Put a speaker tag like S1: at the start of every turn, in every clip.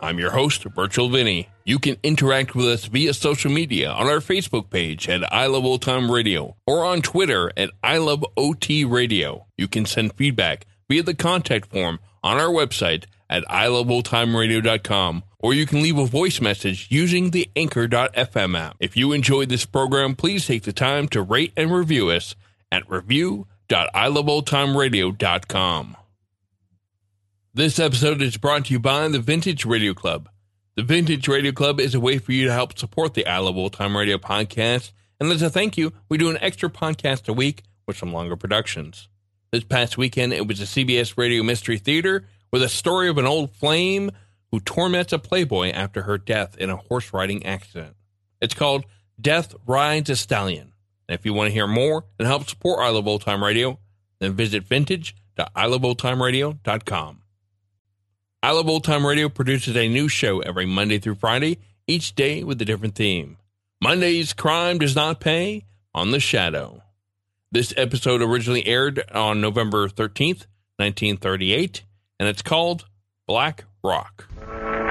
S1: I'm your host, Virtual Vinny. You can interact with us via social media on our Facebook page at I Love Old Time Radio or on Twitter at I Love OT Radio. You can send feedback via the contact form on our website at iloveoldtimeradio.com or you can leave a voice message using the anchor.fm app. If you enjoyed this program, please take the time to rate and review us at review.iloveoldtimeradio.com. This episode is brought to you by the Vintage Radio Club. The Vintage Radio Club is a way for you to help support the I Love Old Time Radio podcast, and as a thank you, we do an extra podcast a week with some longer productions. This past weekend, it was the CBS Radio Mystery Theater with a story of an old flame who torments a playboy after her death in a horse riding accident. It's called Death Rides a Stallion. And if you want to hear more and help support I Love Old Time Radio, then visit vintage.iloveoldtimeradio.com. I Love Old Time Radio produces a new show every Monday through Friday, each day with a different theme. Monday's Crime Does Not Pay on The Shadow. This episode originally aired on November 13th, 1938, and it's called Black Rock.
S2: Who knows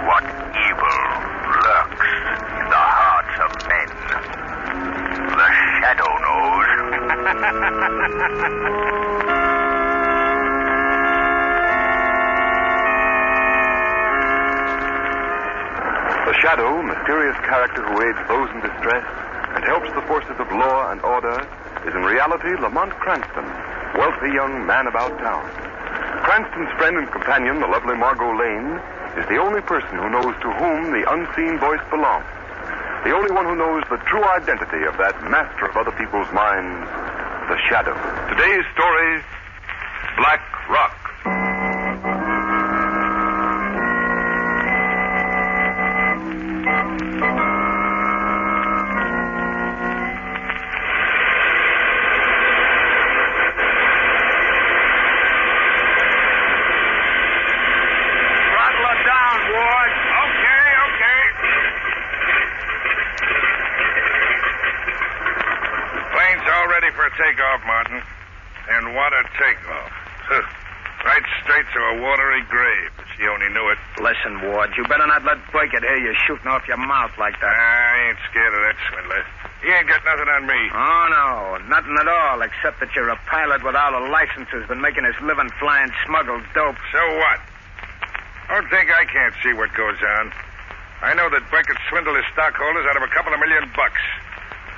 S2: what evil lurks in the hearts of men? The shadow knows.
S3: The shadow, mysterious character who aids those in distress and helps the forces of law and order, is in reality Lamont Cranston, wealthy young man about town. Cranston's friend and companion, the lovely Margot Lane, is the only person who knows to whom the unseen voice belongs. The only one who knows the true identity of that master of other people's minds, the shadow. Today's story Black Rock.
S2: Throttle her down, Ward. Okay, okay. Plane's all ready for a takeoff, Martin. And what a takeoff. right straight to a watery grave. If she only knew it.
S4: Listen, Ward, you better not let Burkett hear you shooting off your mouth like that.
S2: I ain't scared of that swindler. He ain't got nothing on me.
S4: Oh, no, nothing at all, except that you're a pilot without a license who's been making his living flying smuggled dope.
S2: So what? Don't think I can't see what goes on. I know that Beckett swindled his stockholders out of a couple of million bucks.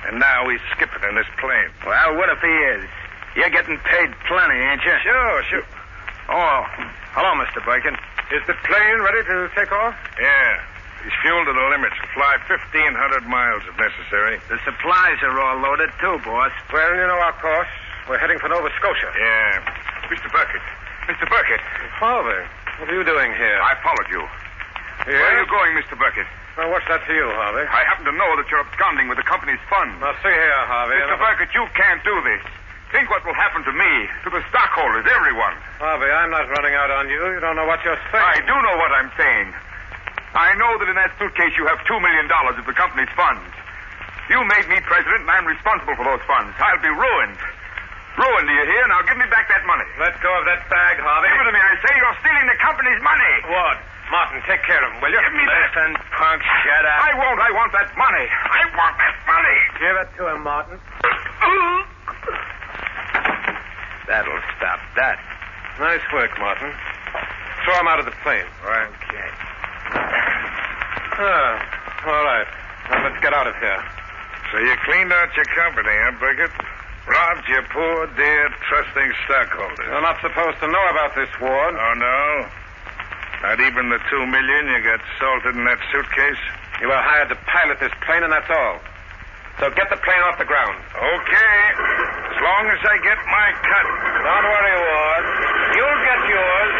S2: And now he's skipping in this plane.
S4: Well, what if he is? You're getting paid plenty, ain't you?
S2: Sure, sure.
S4: Oh, hello, Mr. Burkett. Is the plane ready to take off?
S2: Yeah. He's fueled to the limits. Fly 1,500 miles if necessary.
S4: The supplies are all loaded, too, boss.
S2: Well, you know our course.
S4: We're heading for Nova Scotia.
S2: Yeah. Mr. Burkett. Mr. Burkett.
S4: Father, what are you doing here?
S2: I followed you. Where are you going, Mr. Burkett?
S4: Well, what's that to you, Harvey?
S2: I happen to know that you're absconding with the company's funds.
S4: Now, see here, Harvey.
S2: Mr. Burkett, you can't do this. Think what will happen to me, to the stockholders, everyone.
S4: Harvey, I'm not running out on you. You don't know what you're saying.
S2: I do know what I'm saying. I know that in that suitcase you have two million dollars of the company's funds. You made me president, and I'm responsible for those funds. I'll be ruined. Ruined, do you hear? Now give me back that money.
S4: Let go of that bag, Harvey.
S2: Give it to me, I say. You're stealing the company's money.
S4: Ward, Martin, take care of him, will you?
S2: Give me that-
S4: Listen, punk, shut up.
S2: I won't. I want that money. I want that money.
S4: Give it to him, Martin. That'll stop that. Nice work, Martin. Throw him out of the plane.
S2: Right.
S4: Okay. Ah, all right. Now let's get out of here.
S2: So you cleaned out your company, huh, Burkett? Robbed your poor, dear, trusting stockholders.
S4: You're not supposed to know about this, Ward.
S2: Oh, no? Not even the two million you got salted in that suitcase?
S4: You were hired to pilot this plane, and that's all. So get the plane off the ground.
S2: Okay. As long as I get my cut.
S4: Don't worry, Ward. You'll get yours.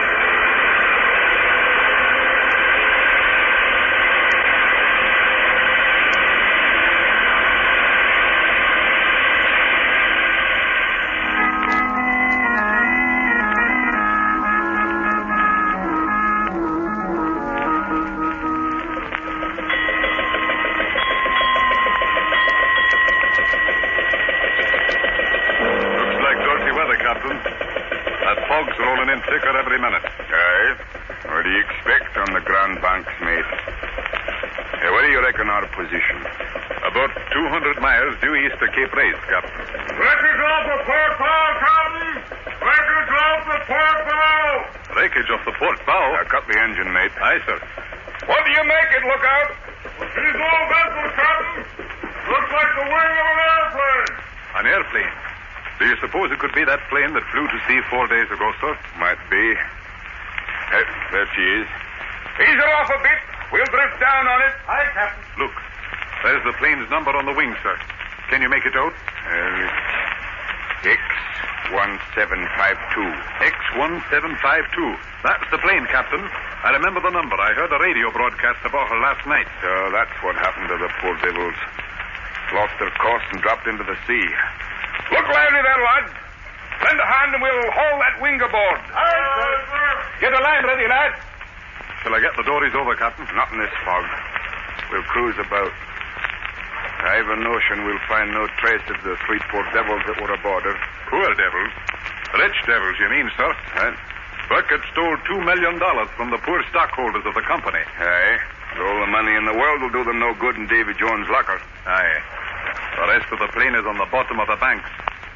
S2: every minute.
S5: Aye.
S2: What do you expect on the Grand Banks, mate?
S5: Hey, where do you reckon our position?
S2: About 200 miles due east of Cape Race, Captain. Wreckage off the port bow, Captain! Wreckage off the port bow!
S5: Breakage off the port bow.
S2: Now, cut the engine, mate.
S5: Aye, sir.
S2: What do you make it, lookout? He's all vessel, Captain. Looks like the wing of an airplane.
S5: An airplane. Do you suppose it could be that plane that flew to sea four days ago, sir?
S2: Might be. Eh, there she is. Ease her off a bit. We'll drift down on it. Aye, Captain.
S5: Look, there's the plane's number on the wing, sir. Can you make it out?
S2: Uh, X1752.
S5: X1752. That's the plane, Captain. I remember the number. I heard a radio broadcast about her last night.
S2: So that's what happened to the poor devils. Lost their course and dropped into the sea. Look lively there, lads. Lend a hand and we'll haul that wing aboard. Aye, sir. Get a line ready, lads.
S5: Shall I get the dories over, Captain?
S2: Not in this fog. We'll cruise about. I've a notion we'll find no trace of the three poor devils that were aboard her.
S5: Poor devils. Rich devils, you mean, sir?
S2: Huh?
S5: Burkett stole $2 million from the poor stockholders of the company.
S2: Aye. eh? All the money in the world will do them no good in Davy Jones' locker.
S5: Aye. The rest of the plane is on the bottom of the banks,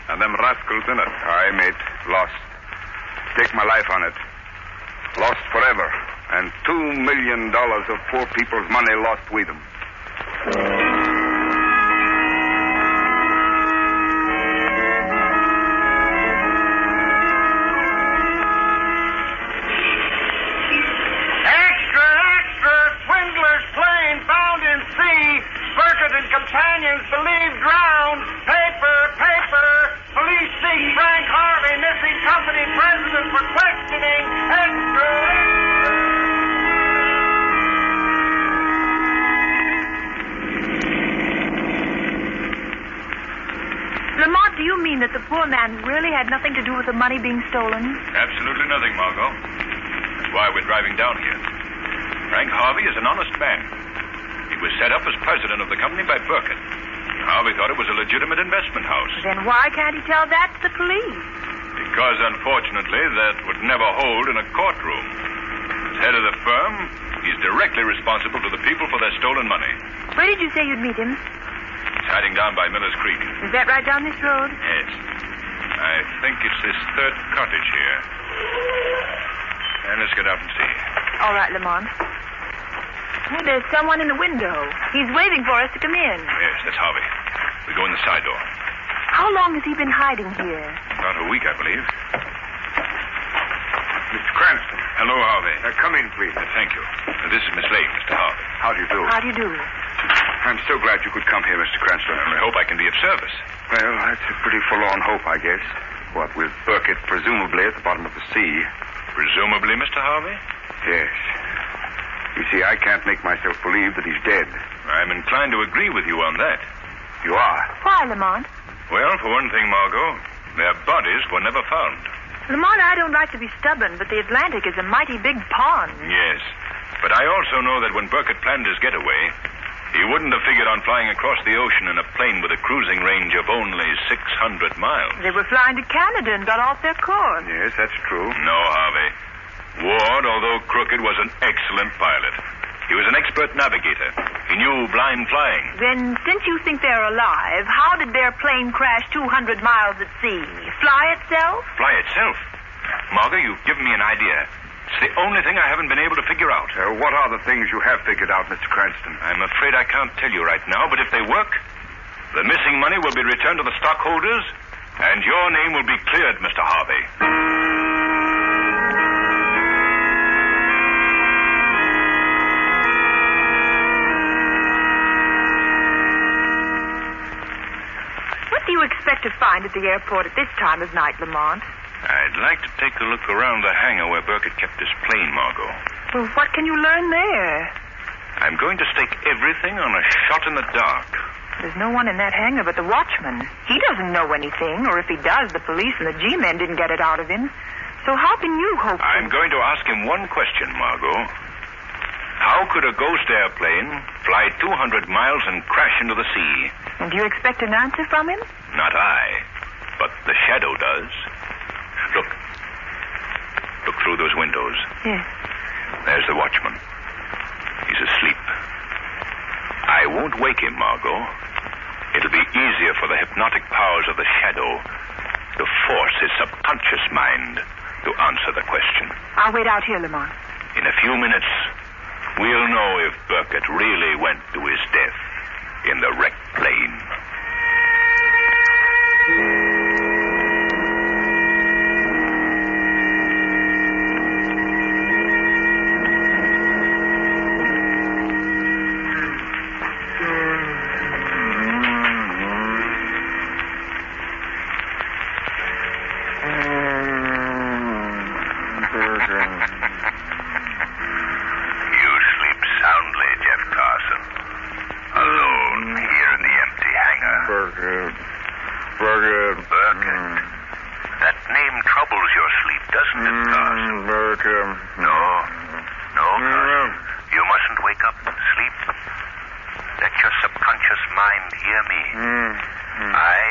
S5: and them rascals in it.
S2: Aye, mate. Lost. Take my life on it. Lost forever. And two million dollars of poor people's money lost with them.
S4: Extra, extra! Swindler's plane found in sea. Burkett and companions believed drowned. Paper, paper! Police seek Frank Harvey, missing company president for questioning. Extra, extra!
S6: Lamont, do you mean that the poor man really had nothing to do with the money being stolen?
S5: Absolutely nothing, Margot. That's why we're driving down here. Frank Harvey is an honest man. He was set up as president of the company by Burkett. Harvey thought it was a legitimate investment house.
S6: Then why can't he tell that to the police?
S5: Because, unfortunately, that would never hold in a courtroom. As head of the firm, he's directly responsible to the people for their stolen money.
S6: Where did you say you'd meet him?
S5: He's hiding down by Miller's Creek.
S6: Is that right down this road?
S5: Yes. I think it's this third cottage here. And let's get out and see.
S6: All right, Lamont. Oh, there's someone in the window. He's waiting for us to come in.
S5: Yes, that's Harvey. We go in the side door.
S6: How long has he been hiding here?
S5: About a week, I believe.
S2: Mr. Cranston.
S5: Hello, Harvey.
S2: Now, come in, please.
S5: Uh, thank you. Uh, this is Miss Lane, Mr. Harvey.
S2: How do you do?
S6: How do you do?
S2: I'm so glad you could come here, Mr. Cranston.
S5: I hope I can be of service.
S2: Well, that's a pretty forlorn hope, I guess. What with Burkett presumably at the bottom of the sea.
S5: Presumably, Mr. Harvey?
S2: Yes. You see, I can't make myself believe that he's dead.
S5: I'm inclined to agree with you on that.
S2: You are.
S6: Why, Lamont?
S5: Well, for one thing, Margot, their bodies were never found.
S6: Lamont, I don't like to be stubborn, but the Atlantic is a mighty big pond.
S5: Yes. But I also know that when Burkett planned his getaway, he wouldn't have figured on flying across the ocean in a plane with a cruising range of only 600 miles.
S6: They were flying to Canada and got off their course.
S2: Yes, that's true.
S5: No, Harvey. Ward, although crooked, was an excellent pilot. He was an expert navigator. He knew blind flying.
S6: Then, since you think they're alive, how did their plane crash 200 miles at sea? Fly itself?
S5: Fly itself. Margot, you've given me an idea. It's the only thing I haven't been able to figure out.
S2: Uh, what are the things you have figured out, Mr. Cranston?
S5: I'm afraid I can't tell you right now, but if they work, the missing money will be returned to the stockholders, and your name will be cleared, Mr. Harvey.
S6: What do you expect to find at the airport at this time of night, Lamont?
S5: I'd like to take a look around the hangar where Burkett kept his plane, Margot.
S6: Well, what can you learn there?
S5: I'm going to stake everything on a shot in the dark.
S6: There's no one in that hangar but the watchman. He doesn't know anything, or if he does, the police and the G-men didn't get it out of him. So how can you hope? to-
S5: I'm going to ask him one question, Margot. How could a ghost airplane fly 200 miles and crash into the sea?
S6: And do you expect an answer from him?
S5: Not I, but the shadow does. Look. look through those windows.
S7: Yes.
S5: There's the watchman. He's asleep. I won't wake him, Margot. It'll be easier for the hypnotic powers of the shadow to force his subconscious mind to answer the question.
S7: I'll wait out here, Lamont.
S5: In a few minutes, we'll know if Burkett really went to his death in the wrecked plane. You sleep soundly, Jeff Carson. Alone here in the empty hangar. Burger. Burger. That name troubles your sleep, doesn't it, Carson? Burger. Mm. No. Mm. No, Carson. You mustn't wake up and sleep. Let your subconscious mind hear me. I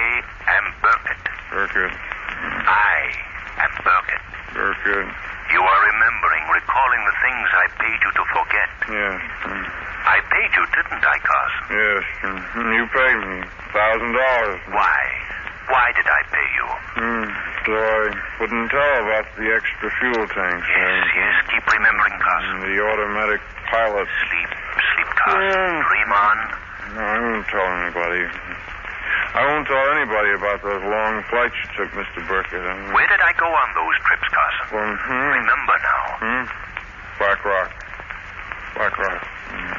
S5: am Burkett. Mm. Burkett. I am Burkett. Burkett. You are remembering, recalling the things I paid you to forget.
S8: Yes.
S5: I paid you, didn't I, Carson?
S8: mm, Yes. mm, You paid me thousand dollars. Mm,
S5: Why? Why did I pay you?
S8: So I wouldn't tell about the extra fuel tanks.
S5: Yes, yes. Keep remembering, Carson.
S8: And the automatic pilot.
S5: Sleep, sleep, Carson. Dream on.
S8: No, I won't tell anybody. I won't tell anybody about those long flights you took, Mr. Burkett. I mean,
S5: Where did I go on those trips, Carson?
S8: Well, hmm.
S5: Remember now.
S8: Hmm? Black Rock. Black Rock. Mm.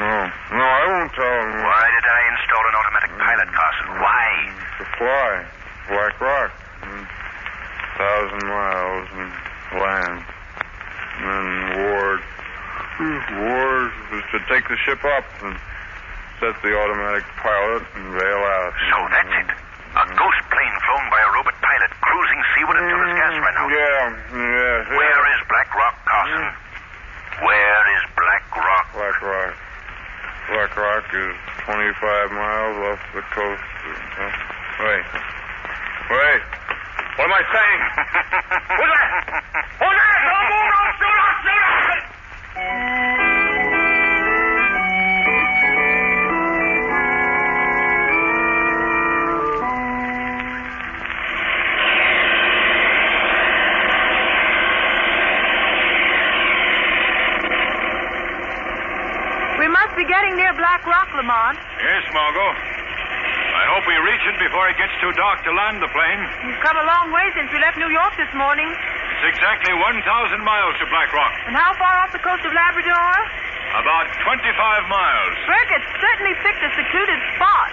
S8: No. No, I won't tell them.
S5: Why did I install an automatic pilot, Carson? Why?
S8: To fly. Black Rock. Mm. Thousand miles and land. And then Ward. Ward was to take the ship up and set the automatic pilot and bail out.
S5: So that's it. A ghost plane flown by a robot pilot cruising seaward until his gas ran out.
S8: Yeah, yeah. yeah.
S5: Where is Black Rock, Carson? Where is Black Rock?
S8: Black Rock. Black Rock is 25 miles off the coast. Huh? Wait. Wait.
S4: What am I saying? Who's that? Who's that? Don't move! Don't shoot! I'll shoot! I'll shoot!
S7: We must be getting near Black Rock, Lamont.
S2: Yes, Margot. I hope we reach it before it gets too dark to land the plane.
S7: You've come a long way since we left New York this morning.
S2: It's exactly 1,000 miles to Black Rock.
S7: And how far off the coast of Labrador?
S2: About 25 miles.
S7: Burkett certainly picked a secluded spot.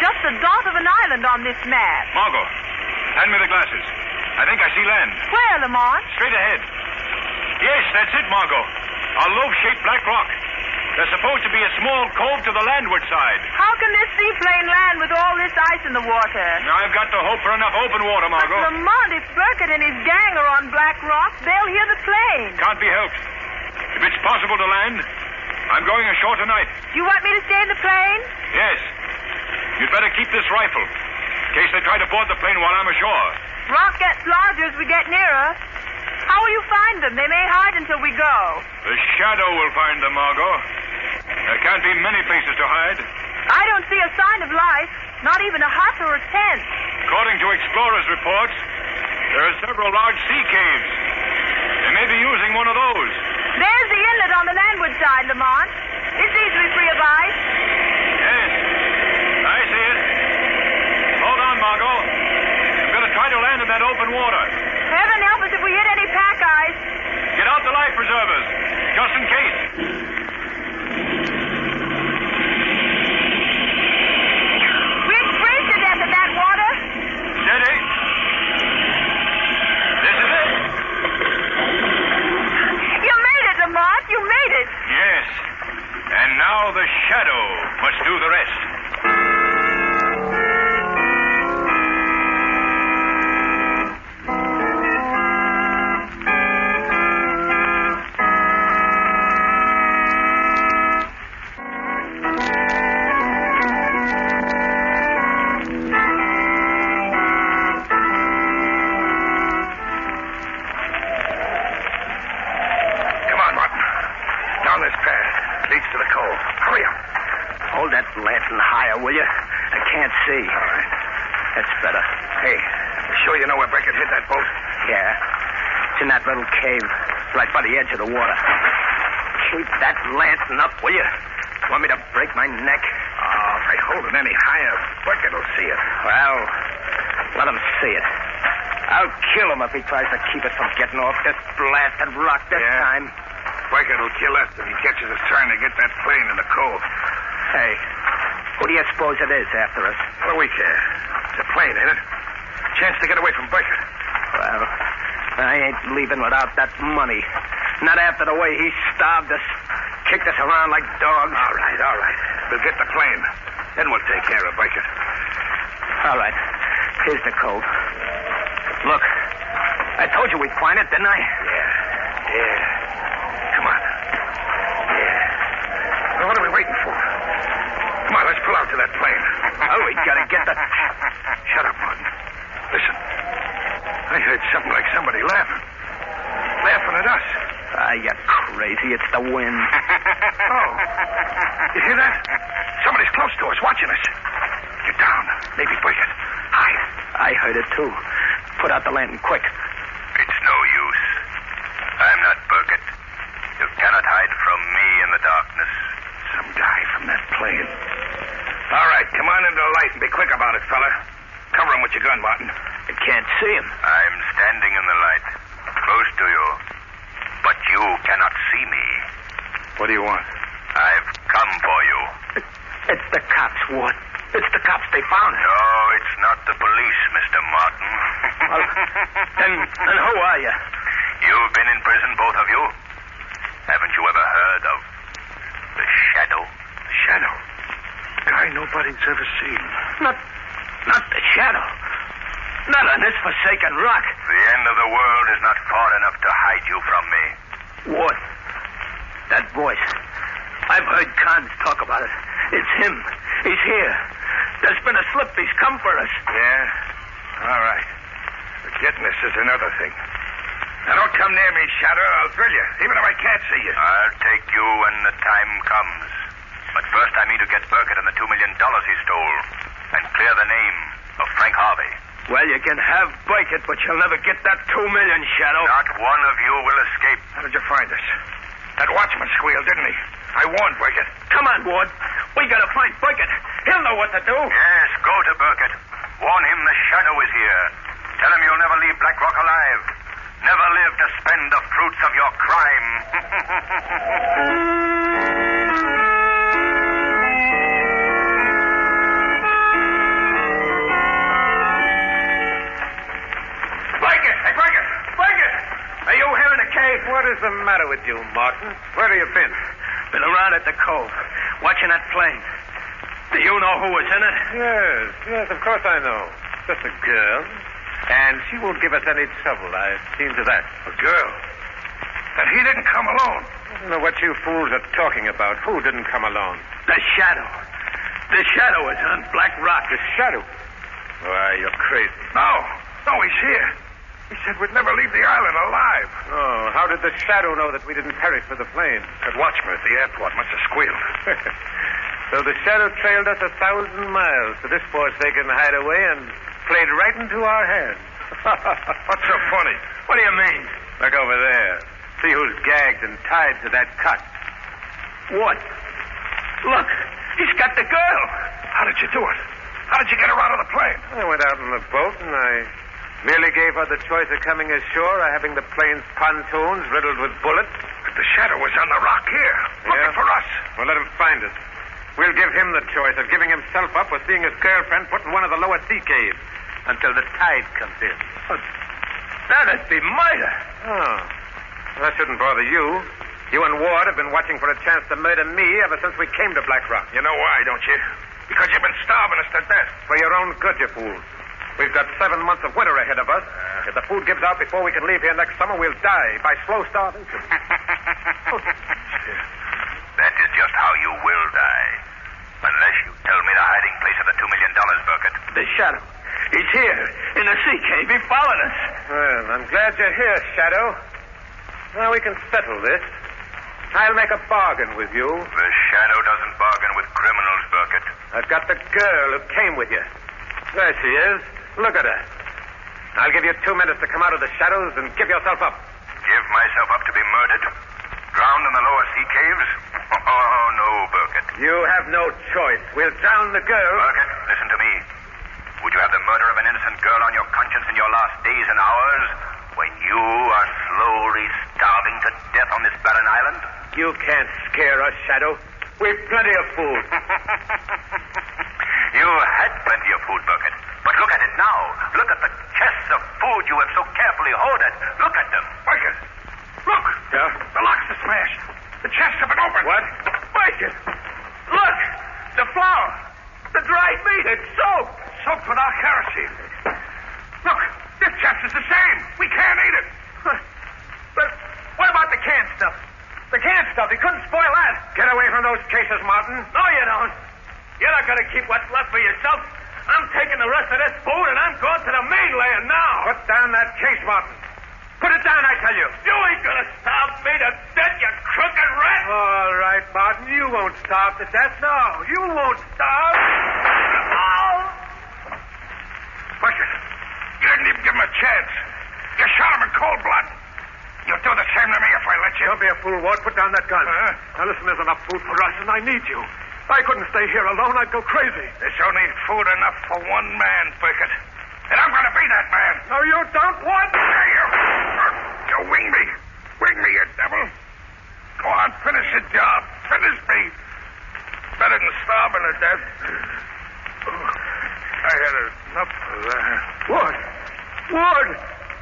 S7: Just the dot of an island on this map.
S2: Margot, hand me the glasses. I think I see land.
S7: Where, Lamont?
S2: Straight ahead. Yes, that's it, Margot. A lobe-shaped black rock. There's supposed to be a small cove to the landward side.
S7: How can this seaplane land with all this ice in the water?
S2: Now I've got to hope for enough open water,
S7: But
S2: Margot.
S7: Lamont, if Burkett and his gang are on Black Rock, they'll hear the plane.
S2: Can't be helped. If it's possible to land, I'm going ashore tonight.
S7: You want me to stay in the plane?
S2: Yes. You'd better keep this rifle in case they try to board the plane while I'm ashore.
S7: Rock gets larger as we get nearer. How will you find them? They may hide until we go.
S2: The shadow will find them, Margot. There can't be many places to hide.
S7: I don't see a sign of life, not even a hut or a tent.
S2: According to explorers' reports, there are several large sea caves. They may be using one of those.
S7: There's the inlet on the landward side, Lamont. It's easily free of ice.
S2: Yes, I see it. Hold on, Margot. I'm going to try to land in that open water.
S7: Heaven help us if we hit any pack ice.
S2: Get out the life preservers, just in case.
S7: We'd freeze to death in that water.
S2: Steady. This is it.
S7: You made it, Lamont. You made it.
S2: Yes. And now the shadow must do the rest.
S9: lantern higher, will you? I can't see. All right. That's better. Hey, sure you know where Beckett hit that boat? Yeah. It's in that little cave, right by the edge of the water. Keep that lantern up, will you? Want me to break my neck? Oh, if I uh, hold it any higher, Beckett will see it. Well, let him see it. I'll kill him if he tries to keep us from getting off this blasted rock this time.
S5: Beckett will kill us if he catches us trying to get that plane in the cove.
S9: Hey, who do you suppose it is after us?
S5: What do we care? It's a plane, ain't it? Chance to get away from Beckett.
S9: Well, I ain't leaving without that money. Not after the way he starved us, kicked us around like dogs.
S5: All right, all right. We'll get the plane. Then we'll take care of Beckett.
S9: All right. Here's the cove. Look, I told you we'd find it, didn't I? Yeah. Yeah. Come on. Yeah.
S5: Well, what are we waiting for? Come on, let's pull out to that plane.
S9: Oh, we gotta get the.
S5: Shut up, Martin. Listen. I heard something like somebody laughing. Laughing at us.
S9: Ah, you crazy. It's the wind.
S5: Oh. You hear that? Somebody's close to us, watching us. Get down. Maybe break it. Hide.
S9: I heard it too. Put out the lantern quick.
S5: It's no use. I'm not Burkett. You cannot hide from me in the darkness. Some guy from that plane. All right, come on into the light and be quick about it, fella. Cover him with your gun, Martin.
S9: I can't see him.
S5: I'm standing in the light, close to you. But you cannot see me.
S3: What do you want?
S5: I've come for you.
S9: It's the cops, Ward. It's the cops. They found him.
S5: No, it's not the police, Mr. Martin.
S9: Well, then, then who are you?
S5: You've been in prison, both of you. Haven't you ever heard of the shadow?
S3: Shadow. Guy nobody's ever seen.
S9: Not, not the shadow. Not on this forsaken rock.
S5: The end of the world is not far enough to hide you from me.
S9: Ward, that voice. I've heard Cons talk about it. It's him. He's here. There's been a slip. He's come for us.
S5: Yeah? All right. But getting us is another thing. Now, don't come near me, Shadow. I'll thrill you, even if I can't see you. I'll take you when the time comes. But first, I mean to get Burkett and the two million dollars he stole and clear the name of Frank Harvey.
S9: Well, you can have Biket, but you'll never get that two million, Shadow.
S5: Not one of you will escape. How did you find us? That watchman squealed, didn't he? I warned Burkett.
S9: Come on, Ward. We gotta find Biket. He'll know what to do.
S5: Yes, go to Burkett. Warn him the shadow is here. Tell him you'll never leave Black Rock alive. Never live to spend the fruits of your crime. Blanket! Hey, Blanket! Blanket! Are you here in the cave?
S10: What is the matter with you, Martin? Where have you been?
S9: Been around at the cove, watching that plane. Do you know who was in it?
S10: Yes, yes, of course I know. Just a girl. And she won't give us any trouble. I've seen to that.
S5: A girl. And he didn't come alone.
S10: I don't know what you fools are talking about. Who didn't come alone?
S9: The shadow. The shadow is on Black Rock.
S10: The shadow. Why, you're crazy.
S5: No. No, he's here. He said we'd never leave the island alive.
S10: Oh, how did the shadow know that we didn't perish with the plane?
S5: That watchman at the airport must have squealed.
S10: so the shadow trailed us a thousand miles to this forsaken hideaway and played right into our hands.
S5: What's so funny?
S9: What do you mean?
S10: Look over there. See who's gagged and tied to that cot.
S9: What? Look, he's got the girl.
S5: How did you do it? How did you get her out of the plane?
S10: I went out in the boat and I merely gave her the choice of coming ashore or having the plane's pontoons riddled with bullets.
S5: But the shadow was on the rock here, looking
S10: Yeah?
S5: for us.
S10: Well, let him find us. We'll give him the choice of giving himself up or seeing his girlfriend put in one of the lower sea caves until the tide comes in.
S9: That'd be murder.
S10: Oh. Well, that shouldn't bother you. You and Ward have been watching for a chance to murder me ever since we came to Black Rock.
S5: You know why, don't you? Because you've been starving us to death.
S10: For your own good, you fools. We've got seven months of winter ahead of us.
S5: Uh.
S10: If the food gives out before we can leave here next summer, we'll die by slow starvation.
S5: That is just how you will die. Unless you tell me the hiding place of the two million dollars, Burkett.
S9: The shadow. He's here in the sea cave. He followed us.
S10: Well, I'm glad you're here, Shadow. Now we can settle this. I'll make a bargain with you.
S5: The shadow doesn't bargain with criminals, Burkett.
S10: I've got the girl who came with you. There she is. Look at her. I'll give you two minutes to come out of the shadows and give yourself up.
S5: Give myself up to be murdered? Drowned in the lower sea caves? Oh, no, Burkett.
S10: You have no choice. We'll drown the girl.
S5: Burkett, listen to me. Would you have the murder of an innocent girl on your conscience in your last days and hours when you are slowly starving to death on this barren island?
S10: You can't scare us, Shadow. We've plenty of food.
S5: You had plenty of food, Burkett. But look at it now. Look at the chests of food you have so carefully hoarded. Look at them.
S9: Burkett! Look! The locks are smashed. The chests have been opened. What? Burkett! Look! The flour! The dried meat! It's soaked! Soaked with our kerosene. Look! This chest is the same. We can't eat it.
S10: But what about the canned stuff? The canned stuff. You couldn't spoil that. Get away from those cases, Martin.
S9: No, you don't. You're not going to keep what's left for yourself. I'm taking the rest of this food and I'm going to the mainland now.
S10: Put down that case, Martin. Put it down, I tell you.
S9: You ain't going to starve me to death, you crooked rat.
S10: All right, Martin. You won't starve to death. No, you won't starve.
S9: Oh!
S4: Bucket, you didn't even give him a chance. You shot him in cold blood. You'll do the same to me if I let you.
S10: Don't be a fool, Ward. Put down that gun. Now listen, there's enough food for us, and I need you. I couldn't stay here alone. I'd go crazy.
S4: There's only food enough for one man, Bucket. And I'm going to be that man.
S10: No, you don't, Ward.
S4: You, you wing me. Wing me, you devil. Go on, finish your job. Finish me. Better than starving to death. I had enough of that.
S10: Ward. Ward.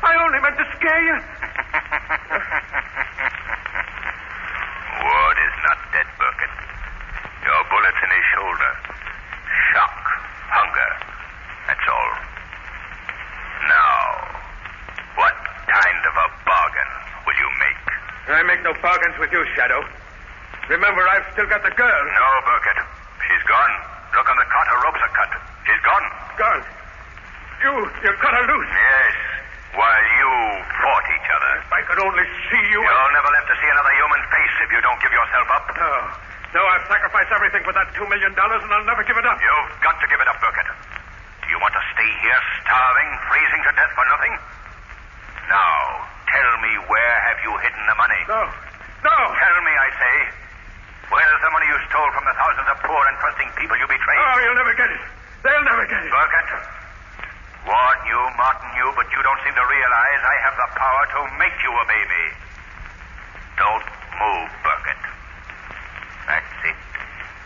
S10: I only meant to scare you.
S5: Ward is not dead, Burkett. Your bullet's in his shoulder. Shock, hunger. That's all. Now, what kind of a bargain will you make?
S10: I make no bargains with you, Shadow. Remember, I've still got the girl.
S5: No, Burkett. She's gone. Look on the cot. Her ropes are cut. She's gone.
S10: Gone. You, you cut her loose.
S5: Yes. While you fought each other.
S10: If I could only see you.
S5: You'll never live to see another human face if you don't give yourself up.
S10: No. No, I've sacrificed everything for that $2 million, and I'll never give it up.
S5: You've got to give it up, Burkett. Do you want to stay here starving, freezing to death for nothing? Now, tell me where have you hidden the money?
S10: No. No.
S5: Tell me, I say. Where is the money you stole from the thousands of poor and trusting people you betrayed?
S10: Oh, you'll never get it. They'll never get it.
S5: Burkett, Warn you, Martin you, but you don't seem to realize I have the power to make you obey me. Don't move, Burkett. That's it.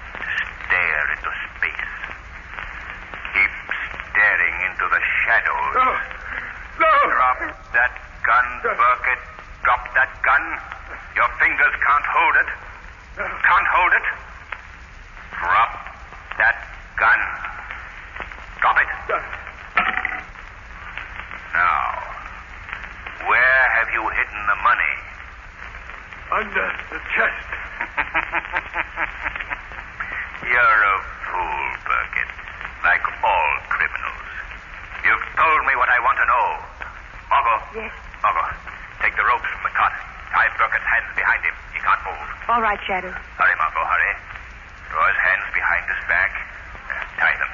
S5: Stare into space. Keep staring into the shadows.
S2: Oh.
S10: No. No.
S5: Drop that gun, Burkett. Drop that gun. Your fingers can't hold it. Can't hold it. Drop that gun. Drop it. Now, where have you hidden the money?
S10: Under the chest.
S5: You're a fool, Burkett. Like all criminals. You've told me what I want to know. Margot.
S7: Yes.
S5: Margot, take the ropes from the cot. Tie Burkett's hands behind him. He can't move.
S7: All right, Shadow.
S5: Hurry, Margot, hurry. Draw his hands behind his back. Uh, tie them.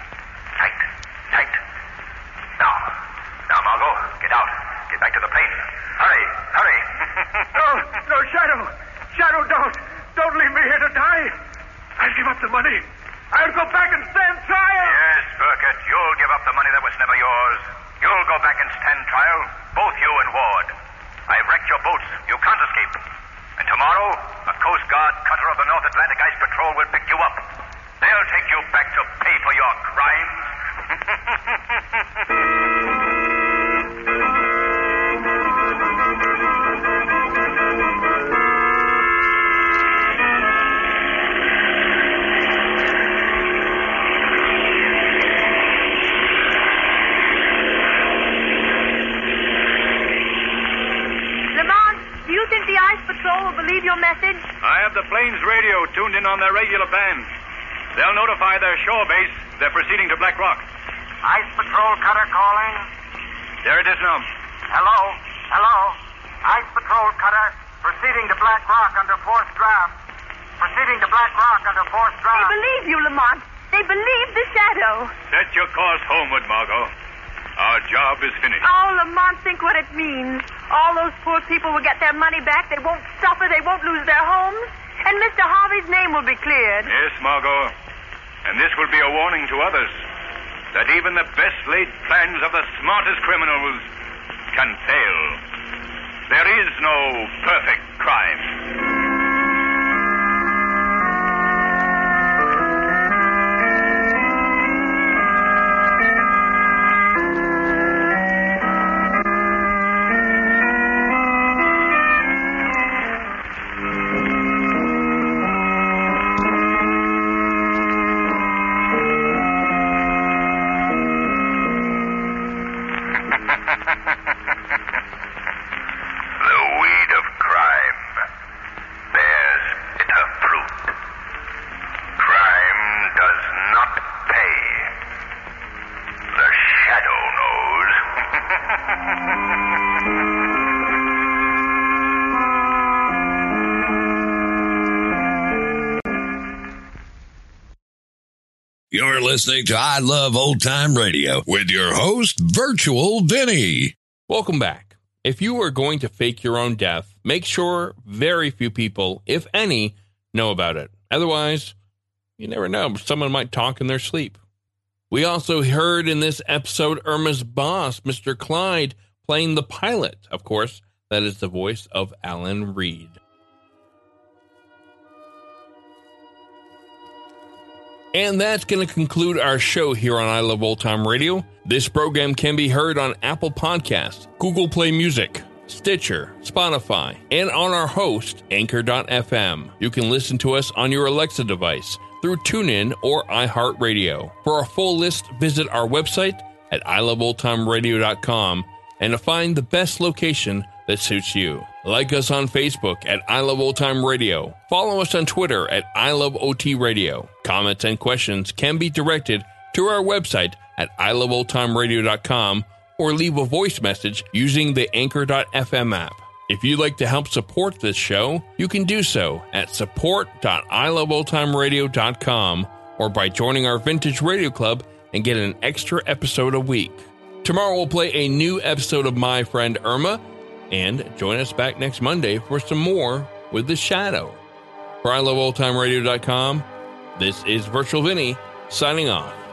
S5: Tight. Tight. Now. Now, Margot, get out. Get back to the plane. Hurry. Hurry.
S10: No, no, Shadow. Shadow, don't. Don't leave me here to die. I'll give up the money. I'll go back and stand trial.
S5: Yes, Burkett, you'll give up the money that was never yours. You'll go back and stand trial, both you and Ward. I've wrecked your boats. You can't escape. And tomorrow, a Coast Guard cutter of the North Atlantic Ice Patrol will pick you up. They'll take you back to pay for your crimes.
S7: Lamont, do you think the ice patrol will believe your message?
S2: I have the plane's radio tuned in on their regular band. They'll notify their shore base they're proceeding to Black Rock.
S9: Ice Patrol cutter calling.
S2: There it is now.
S9: Hello? Hello? Ice Patrol cutter.
S4: Proceeding to Black Rock under forced draft. Proceeding to Black Rock under forced
S7: They
S4: draft.
S7: believe you, Lamont. They believe the shadow.
S11: Set your course homeward, Margot. Our job is finished.
S7: Oh, Lamont, think what it means. All those poor people will get their money back. They won't suffer. They won't lose their homes. And Mr. Harvey's name will be cleared.
S11: Yes, Margot. And this will be a warning to others that even the best laid plans of the smartest criminals can fail. There is no perfect crime.
S5: The weed of crime bears bitter fruit. Crime does not pay. The shadow knows.
S12: You're listening to I Love Old Time Radio with your host, Virtual Vinny.
S1: Welcome back. If you are going to fake your own death, make sure very few people, if any, know about it. Otherwise, you never know. Someone might talk in their sleep. We also heard in this episode Irma's boss, Mr. Clyde, playing the pilot. Of course, that is the voice of Alan Reed. And that's going to conclude our show here on I Love Old Time Radio. This program can be heard on Apple Podcasts, Google Play Music, Stitcher, Spotify, and on our host, Anchor.fm. You can listen to us on your Alexa device through TuneIn or iHeartRadio. For a full list, visit our website at iloveoldtimeradio.com and to find the best location that suits you. Like us on Facebook at I Love Old Time Radio. Follow us on Twitter at I Love OT Radio. Comments and questions can be directed to our website at iloveoldtimeradio.com or leave a voice message using the anchor.fm app. If you'd like to help support this show, you can do so at support.iloveoldtimeradio.com or by joining our Vintage Radio Club and get an extra episode a week. Tomorrow we'll play a new episode of My Friend Irma and join us back next Monday for some more with The Shadow. For iloveoldtimeradio.com, this is Virtual Vinny signing off.